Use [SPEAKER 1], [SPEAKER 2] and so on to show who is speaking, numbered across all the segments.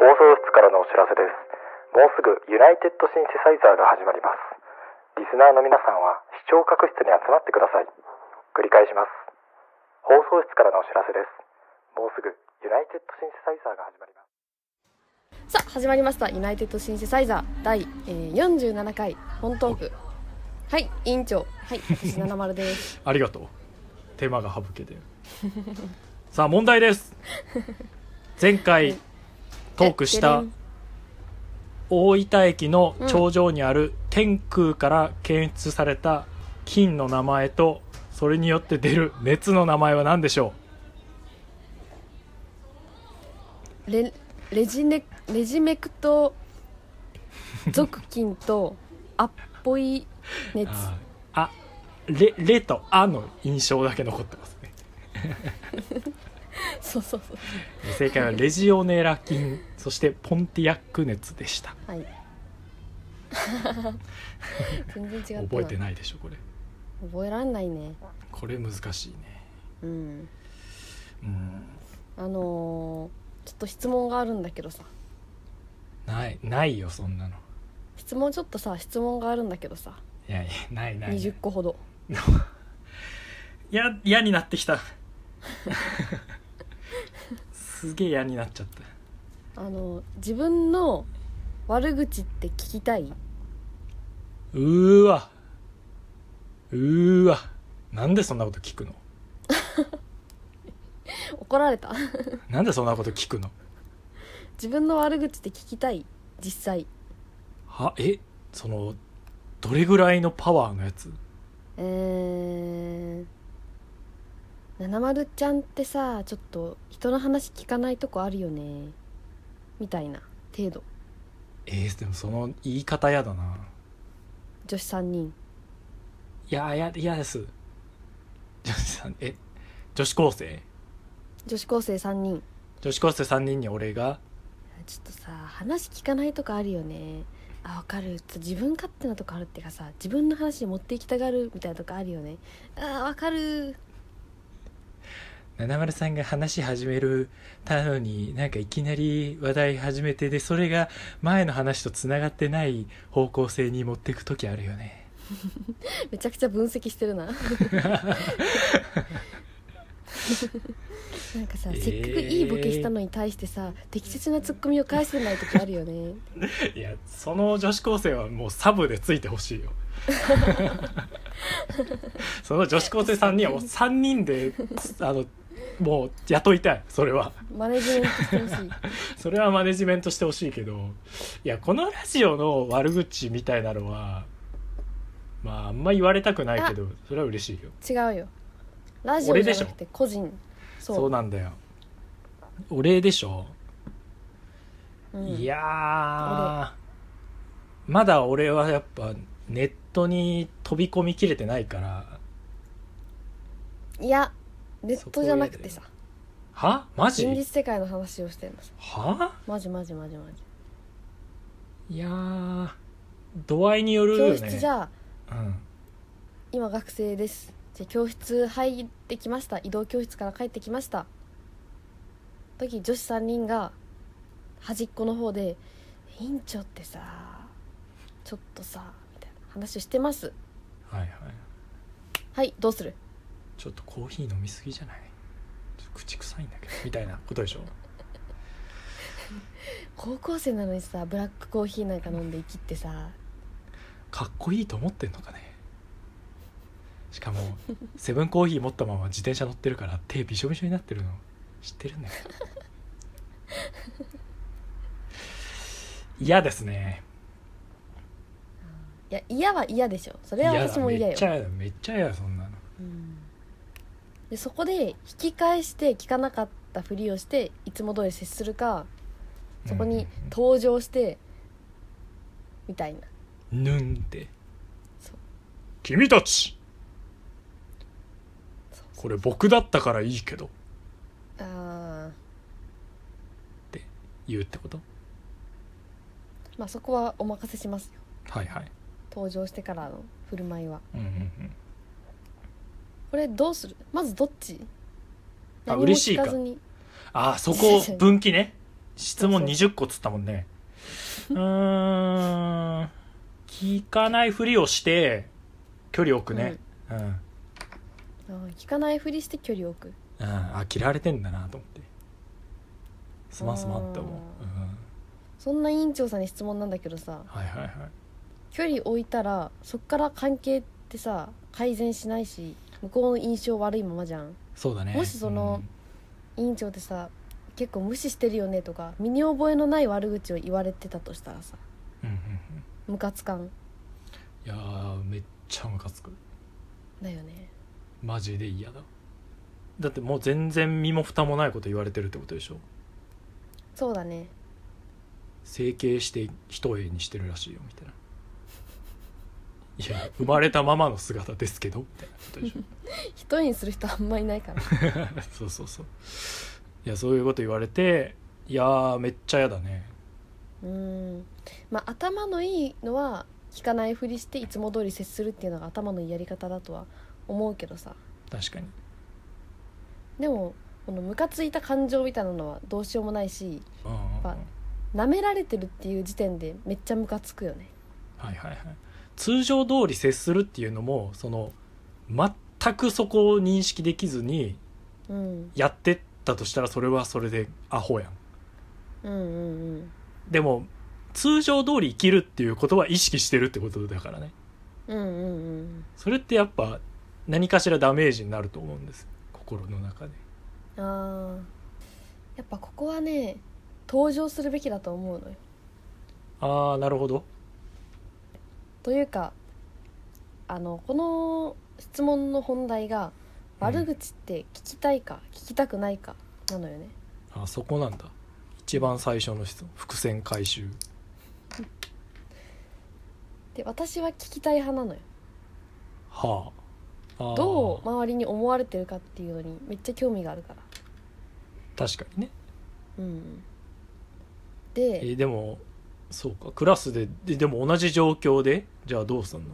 [SPEAKER 1] 放送室からのお知らせですもうすぐユナイテッドシンセサイザーが始まりますリスナーの皆さんは視聴覚室に集まってください繰り返します放送室からのお知らせですもうすぐユナイテッドシンセサイザーが始まります
[SPEAKER 2] さあ始まりましたユナイテッドシンセサイザー第、えー、47回本トークはい委員長はい私七丸です
[SPEAKER 3] ありがとう手間が省けて さあ問題です前回 トークした大分駅の頂上にある天空から検出された金の名前とそれによって出る熱の名前は何でしょ
[SPEAKER 2] レレジネレジメクト属菌とアッポイ
[SPEAKER 3] う
[SPEAKER 2] 熱
[SPEAKER 3] ああレレとアの印象だけ残ってますね
[SPEAKER 2] そうそうそう
[SPEAKER 3] 正解はレジオネラ菌そしてポンティアック熱でした
[SPEAKER 2] はい 全然違った
[SPEAKER 3] 覚えて
[SPEAKER 2] い
[SPEAKER 3] ないでしょこれ
[SPEAKER 2] 覚えらんないね
[SPEAKER 3] これ難しいね
[SPEAKER 2] うん
[SPEAKER 3] うん
[SPEAKER 2] あのーちょっと質問があるんだけどさ
[SPEAKER 3] ないないよそんなの
[SPEAKER 2] 質問ちょっとさ質問があるんだけどさ
[SPEAKER 3] いやいやないない
[SPEAKER 2] 20個ほど
[SPEAKER 3] いや嫌になってきたすげえ嫌になっちゃった
[SPEAKER 2] あの自分の悪口って聞きたいう
[SPEAKER 3] ーわうーわなんでそんなこと聞くの
[SPEAKER 2] 怒られた
[SPEAKER 3] なんでそんなこと聞くの
[SPEAKER 2] 自分の悪口って聞きたい実際
[SPEAKER 3] はえそのどれぐらいのパワーのやつ
[SPEAKER 2] えー七丸ちゃんってさちょっと人の話聞かないとこあるよねみたいな程度
[SPEAKER 3] えー、でもその言い方やだな
[SPEAKER 2] 女子3人
[SPEAKER 3] いやいや嫌です女子さんえ女子高生
[SPEAKER 2] 女子高生3人
[SPEAKER 3] 女子高生3人に俺が
[SPEAKER 2] ちょっとさ話聞かないとこあるよねあわかるちょっと自分勝手なとこあるってかさ自分の話に持っていきたがるみたいなとこあるよねあーわかる
[SPEAKER 3] 七丸さんが話し始めるたのになんかいきなり話題始めてでそれが前の話とつながってない方向性に持っていく時あるよね
[SPEAKER 2] めちゃくちゃ分析してる ななんかさ、
[SPEAKER 3] えー
[SPEAKER 2] せっかくいいボケしたのに対してさ適切なツッコミを返してない時あるよね
[SPEAKER 3] いやその女子高生はもうサブでついてほし いよその女子高生3人はもう3人であのもう雇いたいそれは
[SPEAKER 2] マネジメントしてほしい
[SPEAKER 3] それはマネジメントしてほしいけどいやこのラジオの悪口みたいなのはまああんま言われたくないけどそれは嬉しいよ
[SPEAKER 2] 違うよラジオじゃなくて個人
[SPEAKER 3] そう
[SPEAKER 2] そう
[SPEAKER 3] なんだよお礼でしょ、
[SPEAKER 2] うん
[SPEAKER 3] いやーまだ俺はやっぱネットに飛び込みきれてないから
[SPEAKER 2] いやネットじゃなくてさ
[SPEAKER 3] はマ
[SPEAKER 2] 現実
[SPEAKER 3] ジ
[SPEAKER 2] 世界の話をしてるのさ
[SPEAKER 3] は
[SPEAKER 2] マジマジマジマジ
[SPEAKER 3] いやー度合いによるよ
[SPEAKER 2] 教
[SPEAKER 3] ね
[SPEAKER 2] 室じゃあ
[SPEAKER 3] うん、
[SPEAKER 2] 今学生ですじゃあ教室入ってきました移動教室から帰ってきました時女子3人が端っこの方で「院長ってさちょっとさ」みたいな話をしてます
[SPEAKER 3] はいはい
[SPEAKER 2] はいどうする
[SPEAKER 3] ちょっとコーヒー飲みすぎじゃないちょっと口臭いんだけどみたいなことでしょ
[SPEAKER 2] 高校生なのにさブラックコーヒーなんか飲んで生きってさ
[SPEAKER 3] かっこいいと思ってんのかねしかも セブンコーヒー持ったまま自転車乗ってるから手びしょびしょになってるの知ってる んだよ嫌ですね
[SPEAKER 2] いや嫌は嫌でしょそれは私も嫌
[SPEAKER 3] め
[SPEAKER 2] よ
[SPEAKER 3] っちゃ嫌だめっちゃ嫌だそんなの
[SPEAKER 2] うんでそこで引き返して聞かなかったふりをしていつも通り接するかそこに登場してみたいな
[SPEAKER 3] うんぬんって
[SPEAKER 2] そう
[SPEAKER 3] 君たち
[SPEAKER 2] そう
[SPEAKER 3] これ僕だったからいいけどっ
[SPEAKER 2] あ
[SPEAKER 3] て言うってこと
[SPEAKER 2] ーまあそこはお任せしますよ
[SPEAKER 3] はいはい
[SPEAKER 2] 登場してからの振る舞いは
[SPEAKER 3] うんうんうん
[SPEAKER 2] これどうするまずどっち
[SPEAKER 3] あ嬉しいか
[SPEAKER 2] 何も聞かずに
[SPEAKER 3] ああそこ分岐ね質問20個っつったもんねうーん聞かないふりをして距離置くねうん、うん
[SPEAKER 2] あー聞かないふりして距離を置く
[SPEAKER 3] あ嫌われてんだなと思ってすまんすまんって思う、
[SPEAKER 2] あ
[SPEAKER 3] うん、
[SPEAKER 2] そんな委員長さんに質問なんだけどさ
[SPEAKER 3] はいはいはい
[SPEAKER 2] 距離置いたらそっから関係ってさ改善しないし向こうの印象悪いままじゃん
[SPEAKER 3] そうだね
[SPEAKER 2] もしその委員長ってさ結構無視してるよねとか身に覚えのない悪口を言われてたとしたらさ
[SPEAKER 3] うん、うんうん
[SPEAKER 2] ムカつかん
[SPEAKER 3] うんいやーめっちゃムカつく
[SPEAKER 2] だよね
[SPEAKER 3] マジで嫌だだってもう全然身も蓋もないこと言われてるってことでしょ
[SPEAKER 2] そうだね
[SPEAKER 3] 整形して一重にしてるらしいよみたいないや生まれたままの姿ですけどみたいなことでしょ
[SPEAKER 2] 一人にする人あんまいないから
[SPEAKER 3] そうそうそういやそういうこと言われていやーめっちゃ嫌だね
[SPEAKER 2] うーんまあ頭のいいのは聞かないふりしていつも通り接するっていうのが頭のいいやり方だとは思うけどさ
[SPEAKER 3] 確かに
[SPEAKER 2] でもこのムカついた感情みたいなのはどうしようもないし
[SPEAKER 3] うんうんうん
[SPEAKER 2] ま舐められてるっていう時点でめっちゃムカつくよね
[SPEAKER 3] はいはいはい通常通り接するっていうのもその全くそこを認識できずに
[SPEAKER 2] うん
[SPEAKER 3] やってったとしたらそれはそれでアホやん
[SPEAKER 2] うんうんうん
[SPEAKER 3] でも通常通り生きるっていうことは意識してるってことだからね
[SPEAKER 2] うんうんうん
[SPEAKER 3] それってやっぱ何かしらダメージになると思うんです心の中で
[SPEAKER 2] あーやっぱここはね登場するべきだと思うのよ
[SPEAKER 3] ああなるほど
[SPEAKER 2] というかあのこの質問の本題が
[SPEAKER 3] うん
[SPEAKER 2] 悪口って聞きたいか聞きたくないかなのよね
[SPEAKER 3] あそこなんだ一番最初の質問伏線回収
[SPEAKER 2] で私は聞きたい派なのよ
[SPEAKER 3] はああー
[SPEAKER 2] どう周りに思われてるかっていうのにめっちゃ興味があるから
[SPEAKER 3] 確かにね
[SPEAKER 2] うんうん
[SPEAKER 3] え
[SPEAKER 2] で
[SPEAKER 3] ーでもそうかクラスでででも同じ状況でじゃあどうすんの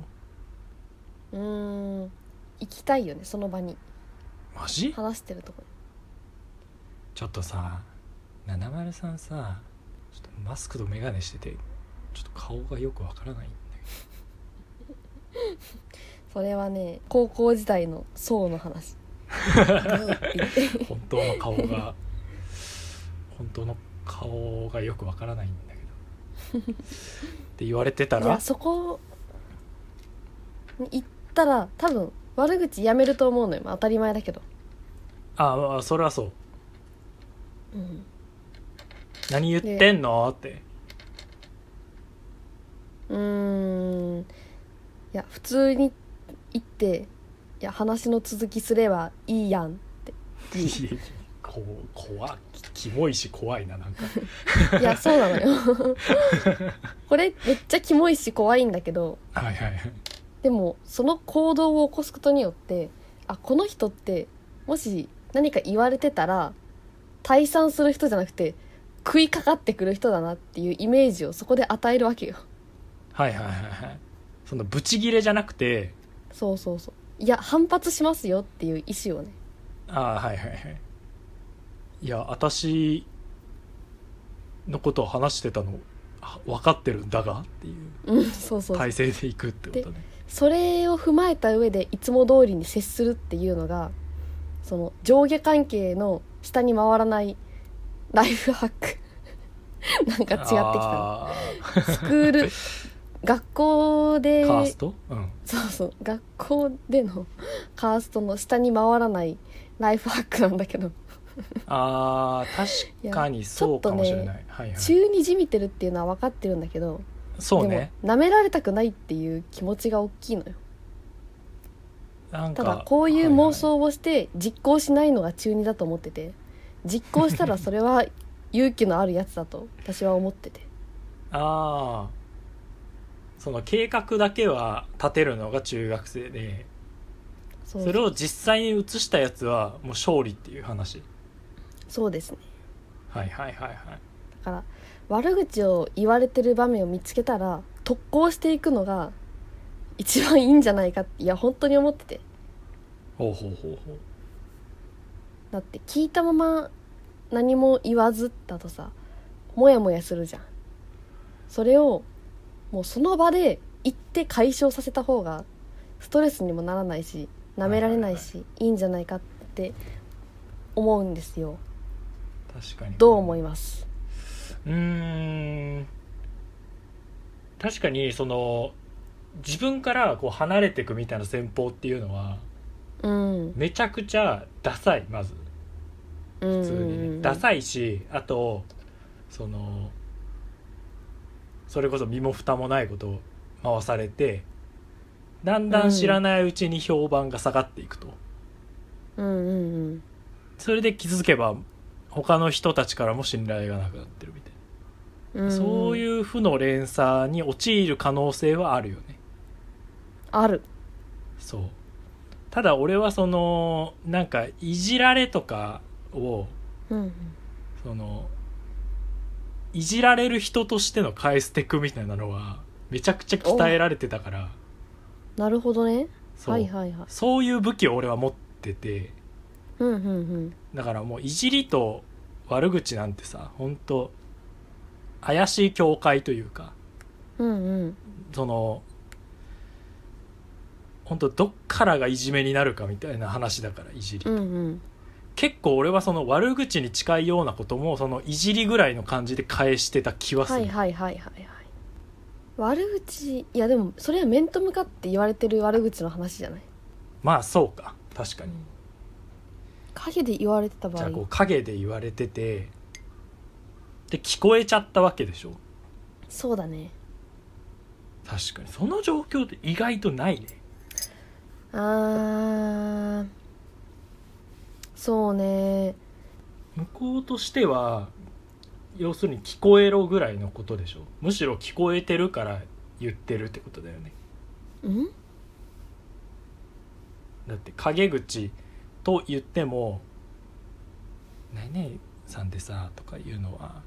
[SPEAKER 2] うーん行きたいよねその場に
[SPEAKER 3] マジ
[SPEAKER 2] 話してるとこ
[SPEAKER 3] ちょっとさ703さちょっとマスクと眼鏡しててちょっと顔がよくわからないんだ
[SPEAKER 2] それはね高校時代の層の 話グーって言って
[SPEAKER 3] けど本当の顔が本当の顔がよくわからないんだけどって言われてた
[SPEAKER 2] いや
[SPEAKER 3] ら
[SPEAKER 2] そこに行ったら多分悪口やめると思うのよまあ当たり前だけど、
[SPEAKER 3] あーまあそれはそう
[SPEAKER 2] うん、
[SPEAKER 3] 何言ってんのって
[SPEAKER 2] うーんいや普通に行っていや話の続きすればいいやんって
[SPEAKER 3] いやいやこう怖いキモいし怖いななんか
[SPEAKER 2] いやそうなのよ これめっちゃキモいし怖いんだけど
[SPEAKER 3] はいはいはい
[SPEAKER 2] でもその行動を起こすことによってあこの人ってもし何か言われてたら退散する人じゃなくて食いかかってくる人だなっていうイメージをそこで与えるわけよ
[SPEAKER 3] はいはいはいはいそのブチギレじゃなくて
[SPEAKER 2] そうそうそういや反発しますよっていう意思をね
[SPEAKER 3] ああはいはいはいいや私のことを話してたのは分かってるんだがっていう
[SPEAKER 2] うんそうそうそう
[SPEAKER 3] 体制でいくってことね
[SPEAKER 2] それを踏まえた上でいつも通りに接するっていうのがその上下関係の下に回らないライフハック なんか違ってきたな
[SPEAKER 3] あ
[SPEAKER 2] スクール学校で
[SPEAKER 3] ーカースト、 うん
[SPEAKER 2] そうそう学校でのカーストの下に回らないライフハックなんだけど
[SPEAKER 3] あー確かにそうかもしれないはいはい
[SPEAKER 2] 中にじみてるっていうのは分かってるんだけど、
[SPEAKER 3] そうね
[SPEAKER 2] でも舐められたくないっていう気持ちが大きいのよ
[SPEAKER 3] なんか
[SPEAKER 2] ただこういう
[SPEAKER 3] はいはい
[SPEAKER 2] 妄想をして実行しないのが中二だと思ってて実行したらそれは勇気のあるやつだと私は思ってて
[SPEAKER 3] ああその計画だけは立てるのが中学生で
[SPEAKER 2] そう
[SPEAKER 3] それを実際に移したやつはもう勝利っていう話
[SPEAKER 2] そうですね
[SPEAKER 3] はいはいはいはい
[SPEAKER 2] だから悪口を言われてる場面を見つけたら特攻していくのが一番いいんじゃないかっていや本当に思ってて
[SPEAKER 3] ほうほうほうほう
[SPEAKER 2] だって聞いたまま何も言わずだとさモヤモヤするじゃんそれをもうその場で行って解消させた方がストレスにもならないしなめられないし、いいんじゃないかって思うんですよ
[SPEAKER 3] 確かに
[SPEAKER 2] どう思います
[SPEAKER 3] うーん確かにその自分からこう離れていくみたいな戦法っていうのは
[SPEAKER 2] うん
[SPEAKER 3] めちゃくちゃダサいまず
[SPEAKER 2] 普
[SPEAKER 3] 普通にね、ダサいしあとそのそれこそ身も蓋もないことを回されてだんだん知らないうちに評判が下がっていくと、
[SPEAKER 2] うんうんうん
[SPEAKER 3] それで気づけば他の人たちからも信頼がなくなってるみたい
[SPEAKER 2] うん
[SPEAKER 3] な、そう
[SPEAKER 2] うん
[SPEAKER 3] いう負の連鎖に陥る可能性はあるよね
[SPEAKER 2] ある
[SPEAKER 3] そうただ俺はそのなんかいじられとかを
[SPEAKER 2] うんうん
[SPEAKER 3] そのいじられる人としての返すテクみたいなのはめちゃくちゃ鍛えられてたから
[SPEAKER 2] なるほどね
[SPEAKER 3] そう,、
[SPEAKER 2] はいはいはい
[SPEAKER 3] そういう武器を俺は持ってて
[SPEAKER 2] うんうんうん
[SPEAKER 3] だからもういじりと悪口なんてさ本当怪しい境界というか
[SPEAKER 2] うんうん
[SPEAKER 3] その本当どっからがいじめになるかみたいな話だからいじり、
[SPEAKER 2] うんうん
[SPEAKER 3] 結構俺はその悪口に近いようなこともそのいじりぐらいの感じで返してた気はする、
[SPEAKER 2] はいはいはいはいはい悪口いやでもそれは面と向かって言われてる悪口の話じゃない
[SPEAKER 3] まあそうか確かに
[SPEAKER 2] 陰で言われてた場
[SPEAKER 3] じゃあこう
[SPEAKER 2] 合
[SPEAKER 3] 影で言われててで聞こえちゃったわけでしょ
[SPEAKER 2] そうだね
[SPEAKER 3] 確かにその状況って意外とないね
[SPEAKER 2] あーそうね
[SPEAKER 3] 向こうとしては要するに聞こえろぐらいのことでしょむしろ聞こえてるから言ってるってことだよね
[SPEAKER 2] うん
[SPEAKER 3] だって陰口と言っても「何々さんでさ」とか言うのは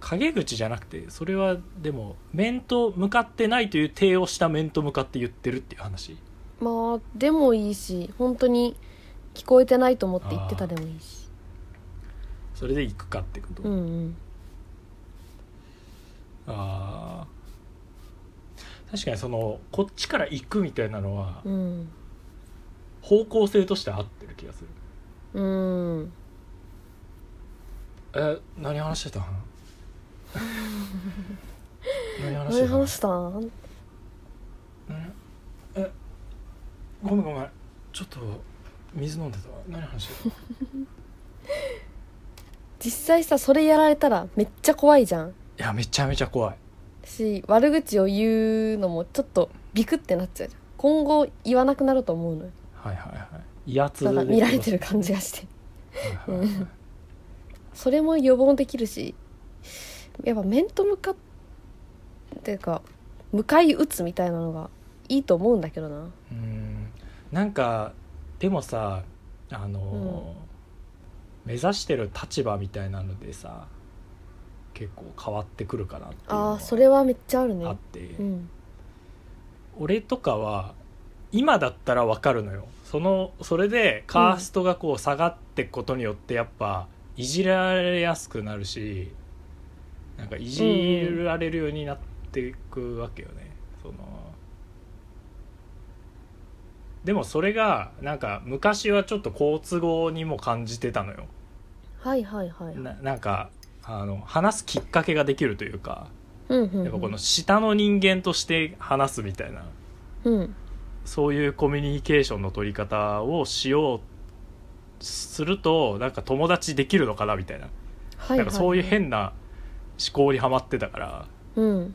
[SPEAKER 3] 陰口じゃなくてそれはでも面と向かってないという体をした面と向かって言ってるっていう話
[SPEAKER 2] まあでもいいし本当に聞こえてないと思って言ってたでもいいし
[SPEAKER 3] それで行くかってこと、
[SPEAKER 2] うんうん
[SPEAKER 3] あー確かにそのこっちから行くみたいなのは
[SPEAKER 2] うん
[SPEAKER 3] 方向性として合ってる気がする
[SPEAKER 2] うん
[SPEAKER 3] え何話してた ん何話して
[SPEAKER 2] 何
[SPEAKER 3] たん
[SPEAKER 2] 話したん
[SPEAKER 3] 何えごめんごめんちょっと水飲んでたわ何話してた
[SPEAKER 2] 実際さそれやられたらめっちゃ怖いじゃん
[SPEAKER 3] いやめちゃめちゃ怖い
[SPEAKER 2] し悪口を言うのもちょっとビクってなっちゃうじゃん今後言わなくなると思うのよ
[SPEAKER 3] はいはいはい威圧
[SPEAKER 2] なんか
[SPEAKER 3] で
[SPEAKER 2] 見られてる感じがして
[SPEAKER 3] はいはいはい
[SPEAKER 2] それも予防できるしやっぱ面と向かっていうか向かい撃つみたいなのがいいと思うんだけどな
[SPEAKER 3] うんなんかでもさあの、目指してる立場みたいなのでさ結構変わってくるかなっていうの
[SPEAKER 2] あ
[SPEAKER 3] は
[SPEAKER 2] ーそれはめっちゃある
[SPEAKER 3] あ
[SPEAKER 2] ね
[SPEAKER 3] って、
[SPEAKER 2] うん
[SPEAKER 3] 俺とかは今だったらわかるのよそのそれでカーストがこう下がってくことによってやっぱいじられやすくなるしなんかいじられるようになっていくわけよね、そのでもそれがなんか昔はちょっと好都合にも感じてたのよ
[SPEAKER 2] はいはいはい
[SPEAKER 3] ななんかあの話すきっかけができるというか
[SPEAKER 2] うんうんうん
[SPEAKER 3] やっぱこの下の人間として話すみたいな
[SPEAKER 2] うん
[SPEAKER 3] そういうコミュニケーションの取り方をしようするとなんか友達できるのかなみたいな,、
[SPEAKER 2] はい
[SPEAKER 3] なんかそういう
[SPEAKER 2] はい
[SPEAKER 3] 変な思考にはまってたから
[SPEAKER 2] うん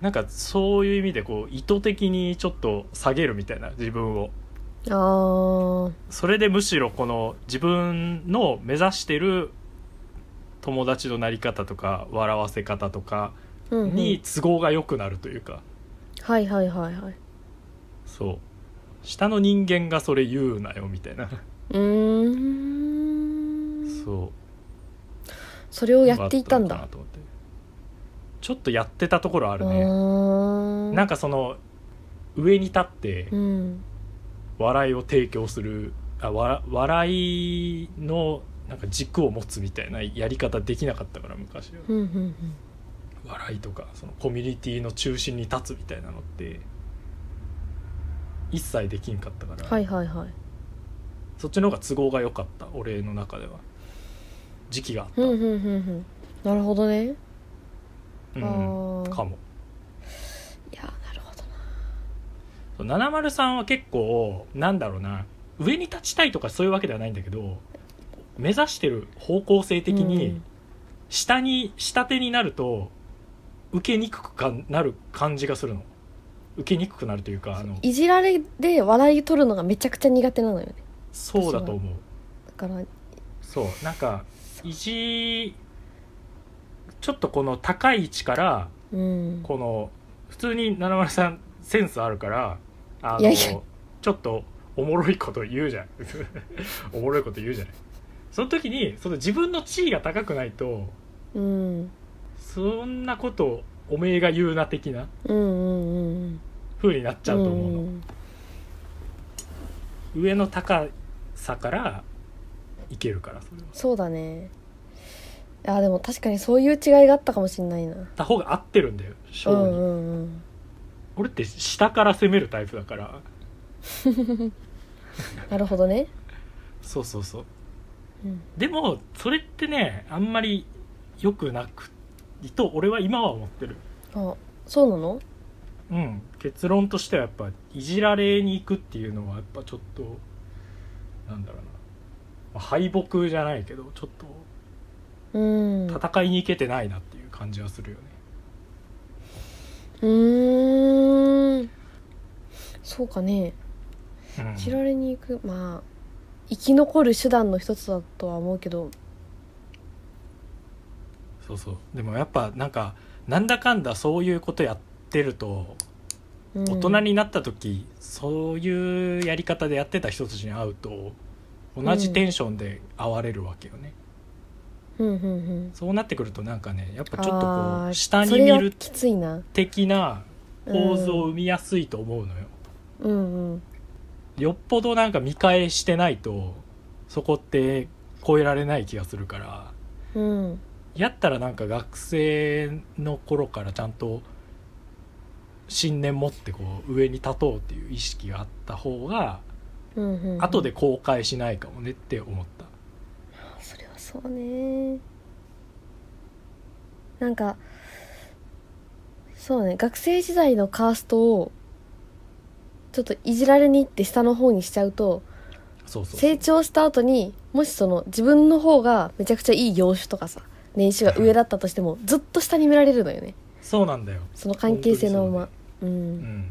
[SPEAKER 3] なんかそういう意味でこう意図的にちょっと下げるみたいな自分を
[SPEAKER 2] あー
[SPEAKER 3] それでむしろこの自分の目指してる友達のなり方とか笑わせ方とか
[SPEAKER 2] うんうん
[SPEAKER 3] に都合が良くなるというか、
[SPEAKER 2] はいはいはいはい
[SPEAKER 3] そう下の人間がそれ言うなよみたいな
[SPEAKER 2] うーん
[SPEAKER 3] そう
[SPEAKER 2] それをやっていたんだ
[SPEAKER 3] あったのかなと思ってちょっとやってたところある
[SPEAKER 2] う
[SPEAKER 3] ね
[SPEAKER 2] ーん
[SPEAKER 3] なんかその上に立って
[SPEAKER 2] うん
[SPEAKER 3] 笑いを提供するあわ笑いのなんか軸を持つみたいなやり方できなかったから昔は
[SPEAKER 2] うんうんうん
[SPEAKER 3] 笑いとかそのコミュニティの中心に立つみたいなのって一切できんかったから、
[SPEAKER 2] はいはいはい
[SPEAKER 3] そっちの方が都合が良かった俺の中では時期があった、
[SPEAKER 2] うんうんうんうんなるほどね
[SPEAKER 3] う
[SPEAKER 2] あ
[SPEAKER 3] ん
[SPEAKER 2] ー
[SPEAKER 3] かも
[SPEAKER 2] いやなるほどな
[SPEAKER 3] そう703は結構なんだろうな上に立ちたいとかそういうわけではないんだけど目指してる方向性的
[SPEAKER 2] う
[SPEAKER 3] に
[SPEAKER 2] ん
[SPEAKER 3] 下に下手になると受けにくくかなる感じがするの受けにくくなるというかあの
[SPEAKER 2] いじられで笑い取るのがめちゃくちゃ苦手なのよね
[SPEAKER 3] そうだと思う
[SPEAKER 2] だから
[SPEAKER 3] そうなんかいじちょっとこの高い位置から
[SPEAKER 2] うん
[SPEAKER 3] この普通に七丸さんセンスあるからあの
[SPEAKER 2] いやいや
[SPEAKER 3] ちょっとおもろいこと言うじゃん おもろいこと言うじゃないその時にその自分の地位が高くないと
[SPEAKER 2] うん
[SPEAKER 3] そんなことおめえが言うな的な
[SPEAKER 2] うんうんうんうん
[SPEAKER 3] 風になっちゃうと思うの、
[SPEAKER 2] ん
[SPEAKER 3] 上の高さからいけるからそれは
[SPEAKER 2] そうだねあでも確かにそういう違いがあったかもしんないな
[SPEAKER 3] 他方が合ってるんだよ
[SPEAKER 2] う
[SPEAKER 3] 性に、
[SPEAKER 2] んうんうん
[SPEAKER 3] 俺って下から攻めるタイプだから
[SPEAKER 2] なるほどね
[SPEAKER 3] そうそうそう
[SPEAKER 2] うん
[SPEAKER 3] でもそれってねあんまり良くなくと俺は今は思ってる
[SPEAKER 2] あそうなの
[SPEAKER 3] うん結論としてはやっぱいじられに行くっていうのはやっぱちょっとなんだろうな、まあ敗北じゃないけどちょっ
[SPEAKER 2] うん
[SPEAKER 3] と
[SPEAKER 2] う
[SPEAKER 3] 戦いに行けてないなっていう感じはするよね、
[SPEAKER 2] ーんそうかね
[SPEAKER 3] うん
[SPEAKER 2] 知られに行くまあ生き残る手段の一つだとは思うけど
[SPEAKER 3] そうそうでもやっぱなんかなんだかんだそういうことやってると
[SPEAKER 2] うん
[SPEAKER 3] 大人になった時、そういうやり方でやってた人たちに会うと同じテンションで会われるわけよね、
[SPEAKER 2] うんうんうん
[SPEAKER 3] そうなってくるとなんかねやっぱちょっとこ
[SPEAKER 2] あー
[SPEAKER 3] う下
[SPEAKER 2] そ
[SPEAKER 3] に
[SPEAKER 2] れ
[SPEAKER 3] 見
[SPEAKER 2] は
[SPEAKER 3] る
[SPEAKER 2] きついな
[SPEAKER 3] 的な構図を生みやすいと思うのよ、
[SPEAKER 2] うんうん
[SPEAKER 3] よっぽどなんか見返してないとそこって超えられない気がするから
[SPEAKER 2] うん
[SPEAKER 3] やったらなんか学生の頃からちゃんと信念持ってこう上に立とうっていう意識があった方が
[SPEAKER 2] うんうんうん
[SPEAKER 3] 後で後悔しないかもねって思った、
[SPEAKER 2] それはそうねなんかそうね学生時代のカーストをちょっといじられに行って下の方にしちゃうと
[SPEAKER 3] そうそうそう
[SPEAKER 2] 成長した後にもしその自分の方がめちゃくちゃいい業種とかさ年収が上だったとしてもずっと下に見られるのよね
[SPEAKER 3] そうなんだよ
[SPEAKER 2] その関係性のまま
[SPEAKER 3] 本
[SPEAKER 2] う
[SPEAKER 3] うんん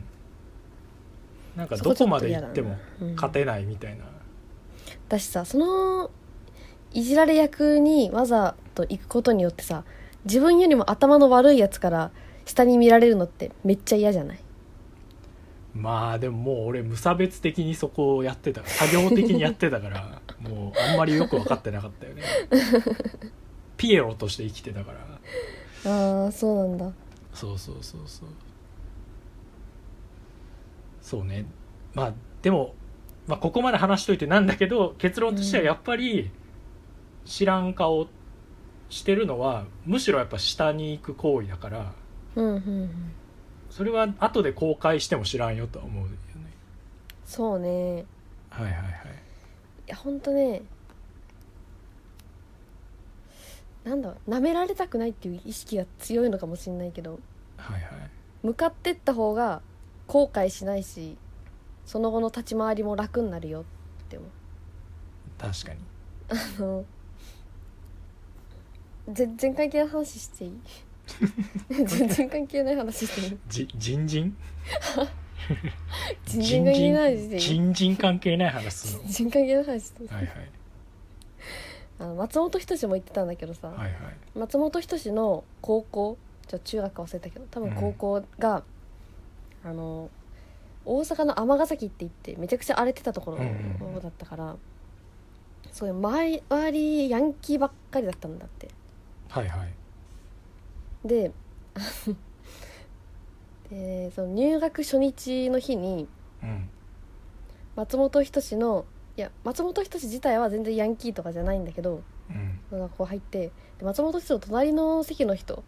[SPEAKER 3] なんか
[SPEAKER 2] そ
[SPEAKER 3] ど
[SPEAKER 2] こちょ
[SPEAKER 3] こ
[SPEAKER 2] っと
[SPEAKER 3] まで行っても
[SPEAKER 2] 嫌だなうん
[SPEAKER 3] 勝てないみたいな、
[SPEAKER 2] だしさそのいじられ役にわざと行くことによってさ自分よりも頭の悪いやつから下に見られるのってめっちゃ嫌じゃない
[SPEAKER 3] まあでももう俺無差別的にそこをやってた作業的にやってたからもうあんまりよく分かってなかったよねピエロとして生きてたから
[SPEAKER 2] あーそうなんだ
[SPEAKER 3] そうそうそうそうそうねまあでも、まあ、ここまで話しといてなんだけど結論としてはやっぱり知らん顔してるのはむしろやっぱ下に行く行為だから
[SPEAKER 2] うんうんうん
[SPEAKER 3] それは後で公開しても知らんよとは思うよね
[SPEAKER 2] そうねい
[SPEAKER 3] はいはいはい
[SPEAKER 2] やほんとねなんだろうなめられたくないっていう意識が強いのかもしれないけど
[SPEAKER 3] はいはい
[SPEAKER 2] 向かってった方が後悔しないしその後の立ち回りも楽になるよって思う
[SPEAKER 3] 確かに
[SPEAKER 2] あの全然関係ない話していい全然関係ない話していい
[SPEAKER 3] じ人参
[SPEAKER 2] 全然関係ない話していい
[SPEAKER 3] 人参関係ない話する
[SPEAKER 2] 全然関係ない話していい
[SPEAKER 3] のはいはい
[SPEAKER 2] あの松本人志も言ってたんだけどさ、
[SPEAKER 3] はいはい
[SPEAKER 2] 松本人志の高校ちょ中学忘れたけど多分高校が、あの大阪の尼崎って言ってめちゃくちゃ荒れてたところ
[SPEAKER 3] うんうん
[SPEAKER 2] だったから、すごい周り周りヤンキーばっかりだったんだって
[SPEAKER 3] はいはい
[SPEAKER 2] で あのでその入学初日の日に
[SPEAKER 3] うん
[SPEAKER 2] 松本人志のいや松本人志自体は全然ヤンキーとかじゃないんだけど
[SPEAKER 3] うん
[SPEAKER 2] その学校入ってで松本人志の隣の席の人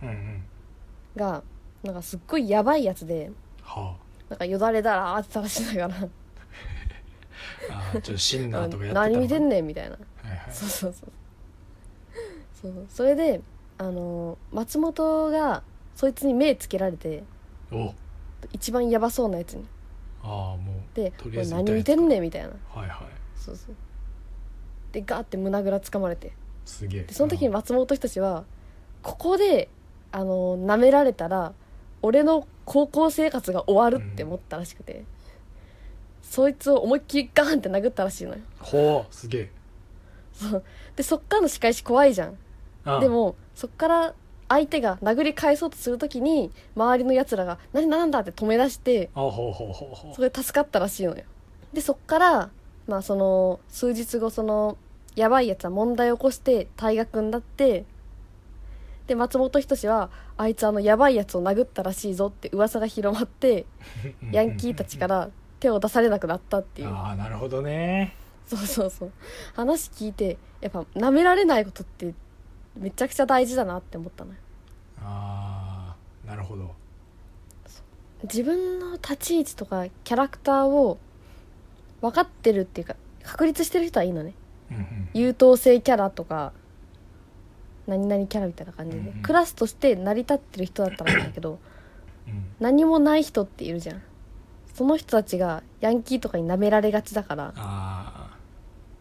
[SPEAKER 3] うんうん
[SPEAKER 2] がなんかすっごいやばいやつで
[SPEAKER 3] は
[SPEAKER 2] なんかよだれだらーって垂らしながら
[SPEAKER 3] ああーちょっとシンナーとかやってたの
[SPEAKER 2] 何見てんねんみたいな
[SPEAKER 3] はいはい
[SPEAKER 2] そうそうそうそうそれであの松本がそいつに目つけられて
[SPEAKER 3] お
[SPEAKER 2] 一番やばそうなやつに
[SPEAKER 3] ああも
[SPEAKER 2] で「
[SPEAKER 3] と
[SPEAKER 2] こ
[SPEAKER 3] りあ
[SPEAKER 2] れ
[SPEAKER 3] えず
[SPEAKER 2] 何見てんねん」みたいな
[SPEAKER 3] うはいはい
[SPEAKER 2] そうそうでガーって胸ぐらつかまれて
[SPEAKER 3] すげえ
[SPEAKER 2] でその時に松本人志はここであの舐められたら俺の高校生活が終わるって思ったらしくて、そいつを思いっきりガーンって殴ったらしいのよ
[SPEAKER 3] ほうすげえ
[SPEAKER 2] そうでそっからの仕返し怖いじゃん
[SPEAKER 3] ああ
[SPEAKER 2] でもそっから相手が殴り返そうとするときに周りのやつらが「何なんだ?」って止め出して
[SPEAKER 3] あほうほうほうほう
[SPEAKER 2] それで助かったらしいのよでそっからまあその数日後そのやばいやつは問題を起こして退学になってで松本人志はあいつあのやばいやつを殴ったらしいぞって噂が広まって
[SPEAKER 3] うん
[SPEAKER 2] ヤンキーたちから手を出されなくなったっていう
[SPEAKER 3] ああなるほどね
[SPEAKER 2] そうそうそう話聞いてやっぱ舐められないことってめちゃくちゃ大事だなって思ったのよ
[SPEAKER 3] ああなるほど
[SPEAKER 2] 自分の立ち位置とかキャラクターを分かってるっていうか確立してる人はいいのね
[SPEAKER 3] うんうん
[SPEAKER 2] 優等生キャラとか何々キャラみたいな感じで、
[SPEAKER 3] うんうん
[SPEAKER 2] クラスとして成り立ってる人だったらいいんだけど
[SPEAKER 3] うん
[SPEAKER 2] 何もない人っているじゃんその人たちがヤンキーとかに舐められがちだから
[SPEAKER 3] あ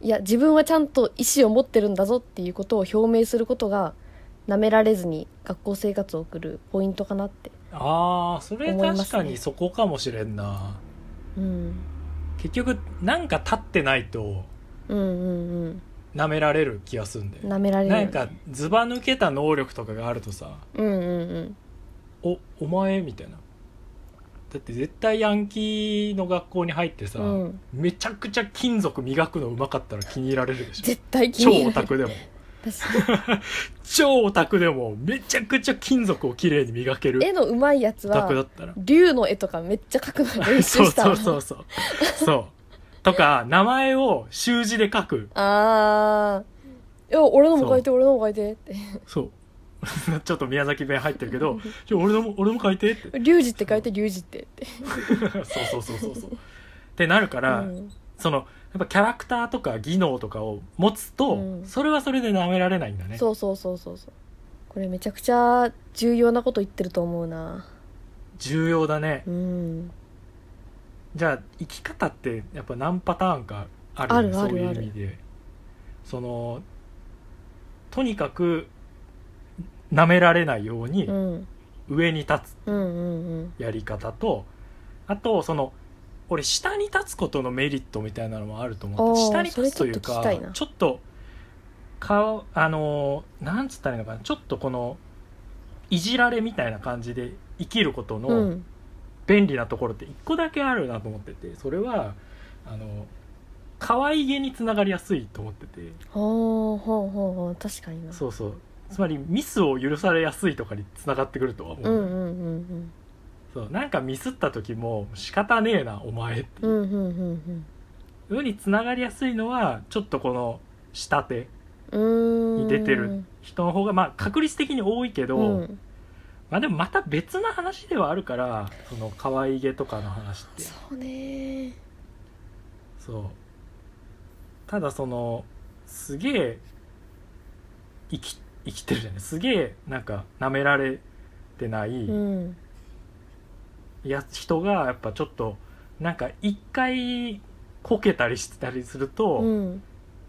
[SPEAKER 2] いや自分はちゃんと意思を持ってるんだぞっていうことを表明することが舐められずに学校生活を送るポイントかなって
[SPEAKER 3] あああそれ
[SPEAKER 2] 思いま
[SPEAKER 3] 確
[SPEAKER 2] すね
[SPEAKER 3] かにそこかもしれんな
[SPEAKER 2] うん
[SPEAKER 3] 結局なんか立ってないと
[SPEAKER 2] うんうん
[SPEAKER 3] 舐められる気がすんだ
[SPEAKER 2] うん
[SPEAKER 3] よ
[SPEAKER 2] 舐められるよ
[SPEAKER 3] な
[SPEAKER 2] ね
[SPEAKER 3] んかずば抜けた能力とかがあるとさ
[SPEAKER 2] うんうんうん
[SPEAKER 3] 「おお前」みたいなだって絶対ヤンキーの学校に入ってさ、
[SPEAKER 2] うん
[SPEAKER 3] めちゃくちゃ金属磨くのうまかったら気に入られるでしょ
[SPEAKER 2] 絶対気に
[SPEAKER 3] 超
[SPEAKER 2] 入
[SPEAKER 3] オ
[SPEAKER 2] らな
[SPEAKER 3] タ
[SPEAKER 2] い
[SPEAKER 3] クでも
[SPEAKER 2] 確か
[SPEAKER 3] 超オタクでもめちゃくちゃ金属をきれいに磨ける
[SPEAKER 2] に絵の上手いやつ
[SPEAKER 3] オタクだ
[SPEAKER 2] は
[SPEAKER 3] ったら
[SPEAKER 2] 竜の絵とかめっちゃ描くの練習
[SPEAKER 3] そう
[SPEAKER 2] した
[SPEAKER 3] そ
[SPEAKER 2] わ
[SPEAKER 3] うそうそうそうとか名前を習字で書く
[SPEAKER 2] あーいや俺のも書いて俺のも書いてって
[SPEAKER 3] そう ちょっと宮崎弁入ってるけど「ちょ俺のも俺も書いて」っ
[SPEAKER 2] 「
[SPEAKER 3] て
[SPEAKER 2] 龍二」って書いて「龍二」ってって
[SPEAKER 3] そうそうそうそうそうってなるから、
[SPEAKER 2] うん
[SPEAKER 3] そのやっぱキャラクターとか技能とかを持つと、
[SPEAKER 2] うん
[SPEAKER 3] それはそれで舐められないんだね
[SPEAKER 2] そうそうそうそうそうこれめちゃくちゃ重要なこと言ってると思うな
[SPEAKER 3] 重要だね
[SPEAKER 2] うん
[SPEAKER 3] じゃあ生き方ってやっぱ何パターンかある,、ね、
[SPEAKER 2] あるある
[SPEAKER 3] そういう
[SPEAKER 2] あ
[SPEAKER 3] 意
[SPEAKER 2] る
[SPEAKER 3] 味でそのとにかく舐められないように
[SPEAKER 2] うん
[SPEAKER 3] 上に立つ
[SPEAKER 2] うんうん
[SPEAKER 3] やり方と、あとその俺下に立つことのメリットみたいなのもあると思って
[SPEAKER 2] あー
[SPEAKER 3] 下に立つとい
[SPEAKER 2] そ
[SPEAKER 3] う
[SPEAKER 2] れちょっと聞
[SPEAKER 3] か
[SPEAKER 2] きたいな
[SPEAKER 3] ちょっと顔あのーなんつったらいいのかなちょっとこのいじられみたいな感じで生きること
[SPEAKER 2] うんう
[SPEAKER 3] の
[SPEAKER 2] ん
[SPEAKER 3] 便利なところって一個だけあるなと思っててそれはあの可愛げにつながりやすいと思ってて
[SPEAKER 2] ほうほうほうほう確かにな
[SPEAKER 3] そうそうつまりミスを許されやすいとかにつながってくるとは思う
[SPEAKER 2] うんうんうん
[SPEAKER 3] そうなんかミスった時も仕方ねえなお前って
[SPEAKER 2] うんうんうんうん
[SPEAKER 3] うにつながりやすいのはちょっとこの下手
[SPEAKER 2] うんうーん
[SPEAKER 3] に出てる人の方がまあ確率的に多いけど、
[SPEAKER 2] うん
[SPEAKER 3] まあでもまた別な話ではあるからその可愛げとかの話って
[SPEAKER 2] そうね
[SPEAKER 3] そうただそのすげえ生き生きてるじゃないすげえなんか舐められてない
[SPEAKER 2] うん
[SPEAKER 3] や人がやっぱちょっとなんか一回こけたりしてたりすると、
[SPEAKER 2] うん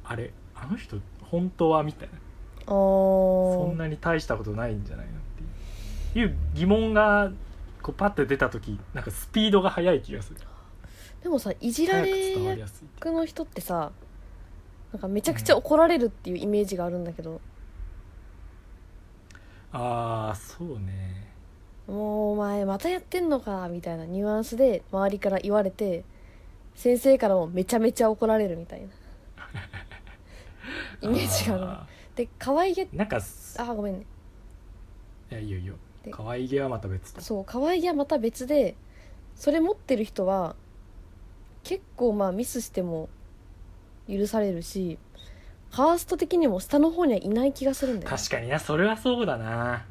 [SPEAKER 3] あれあの人本当はみたいな
[SPEAKER 2] あ
[SPEAKER 3] そん
[SPEAKER 2] ー
[SPEAKER 3] なに大したことないんじゃないのっていういう疑問がこうパッて出た時なんかスピードが速い気がする
[SPEAKER 2] でもさいじら
[SPEAKER 3] 早く
[SPEAKER 2] れ
[SPEAKER 3] 伝わ
[SPEAKER 2] 役
[SPEAKER 3] りやすいって
[SPEAKER 2] 僕の人ってさなんかめちゃくちゃ怒られるっていうイメージがあるんだけど、
[SPEAKER 3] ああそうね
[SPEAKER 2] もうお前またやってんのかみたいなニュアンスで周りから言われて先生からもめちゃめちゃ怒られるみたいなイメージがある
[SPEAKER 3] あ
[SPEAKER 2] で可愛げ
[SPEAKER 3] ーなんかす
[SPEAKER 2] あごめんね
[SPEAKER 3] いやいいよいいよ
[SPEAKER 2] で
[SPEAKER 3] 可愛げはまた別と
[SPEAKER 2] そう可愛げはまた別でそれ持ってる人は結構まあミスしても許されるしカースト的にも下の方にはいない気がするんだよね、
[SPEAKER 3] 確かになそれはそうだな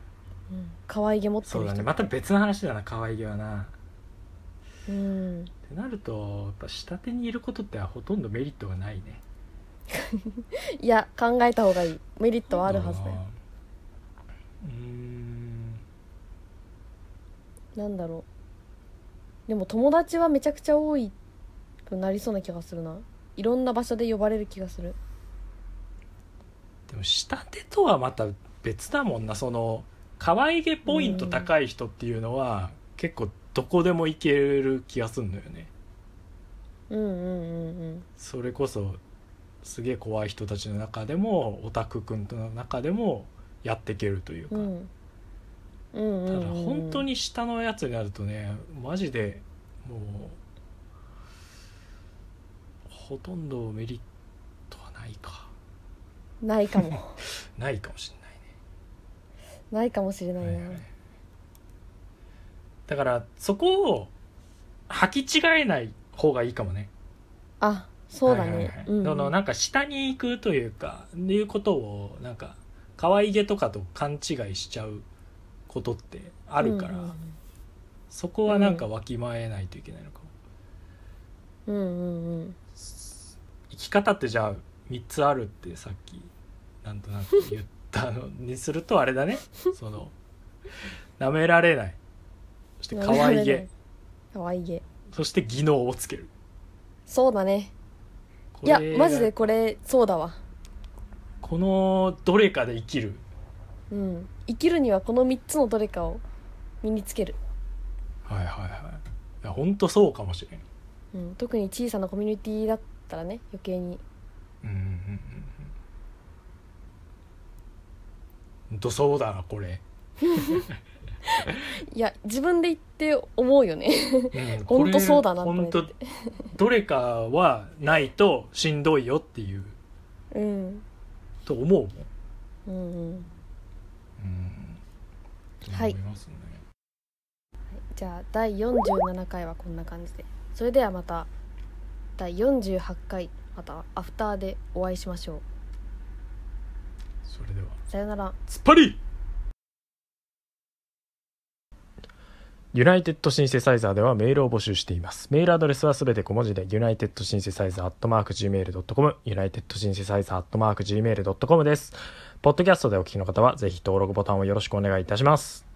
[SPEAKER 2] うん、可愛げ持って
[SPEAKER 3] そ
[SPEAKER 2] る
[SPEAKER 3] うだ
[SPEAKER 2] 人
[SPEAKER 3] ねまた別の話だな可愛げはな
[SPEAKER 2] うん
[SPEAKER 3] ってなるとやっぱ下手にいることってほとんどメリットがないね
[SPEAKER 2] いや考えた方がいいメリットはあるはずだよ
[SPEAKER 3] うんうーん
[SPEAKER 2] なんだろうでも友達はめちゃくちゃ多いくなりそうな気がするないろんな場所で呼ばれる気がする
[SPEAKER 3] でも下手とはまた別だもんなその可愛げポイント高い人っていうのは、結構どこでもいける気がするんだよね
[SPEAKER 2] うんうんうんうん
[SPEAKER 3] それこそすげえ怖い人たちの中でもオタクくんの中でもやっていけるというか、
[SPEAKER 2] うんうんうん
[SPEAKER 3] た
[SPEAKER 2] う
[SPEAKER 3] だ
[SPEAKER 2] んうん
[SPEAKER 3] 本当に下のやつになるとねマジでもうほとんどメリットはないか
[SPEAKER 2] ないか も
[SPEAKER 3] ないかもしれないね
[SPEAKER 2] ないかもしれないな、
[SPEAKER 3] はいはいだからそこを履き違えない方がいいかもね
[SPEAKER 2] あそうだ
[SPEAKER 3] はいはいはい
[SPEAKER 2] ねうん
[SPEAKER 3] そのなんか下に行くというかいうことをなんか可愛げとかと勘違いしちゃうことってあるから、
[SPEAKER 2] うん
[SPEAKER 3] そこはなんかわきまえないといけないのかも、
[SPEAKER 2] うんうんうん
[SPEAKER 3] 生き方ってじゃあ3つあるってさっきなんとなく言ったのにするとあれだねそのなめられないそして可愛げ
[SPEAKER 2] 可愛げ
[SPEAKER 3] そして技能をつける
[SPEAKER 2] そうだね
[SPEAKER 3] こ
[SPEAKER 2] いや
[SPEAKER 3] れが
[SPEAKER 2] マジでこれそうだわ
[SPEAKER 3] このどれかで生きる
[SPEAKER 2] うん生きるにはこの3つのどれかを身につける、
[SPEAKER 3] はいはいはいいや本当そうかもしれん
[SPEAKER 2] うん、特に小さなコミュニティだったらね余計に
[SPEAKER 3] うんうんうんうんほんとそうだなこれ、
[SPEAKER 2] いや自分で言って思うよね
[SPEAKER 3] うん
[SPEAKER 2] ほんとそうだな
[SPEAKER 3] これ
[SPEAKER 2] これ
[SPEAKER 3] ほんとどれかはないとしんどいよっていう
[SPEAKER 2] うん
[SPEAKER 3] と思うもん
[SPEAKER 2] うんうん
[SPEAKER 3] うん
[SPEAKER 2] はい
[SPEAKER 3] 思ますね
[SPEAKER 2] じゃあ第47回はこんな感じでそれではまた第48回またアフターでお会いしましょう
[SPEAKER 3] それでは
[SPEAKER 2] さよなら
[SPEAKER 3] 突っ張りユナイテッドシンセサイザーではメールを募集しています。メールアドレスはすべて小文字で、ユナイテッドシンセサイザー Gmail.com、ユナイテッドシンセサイザー Gmail.com です。ポッドキャストでお聞きの方は、ぜひ登録ボタンをよろしくお願いいたします。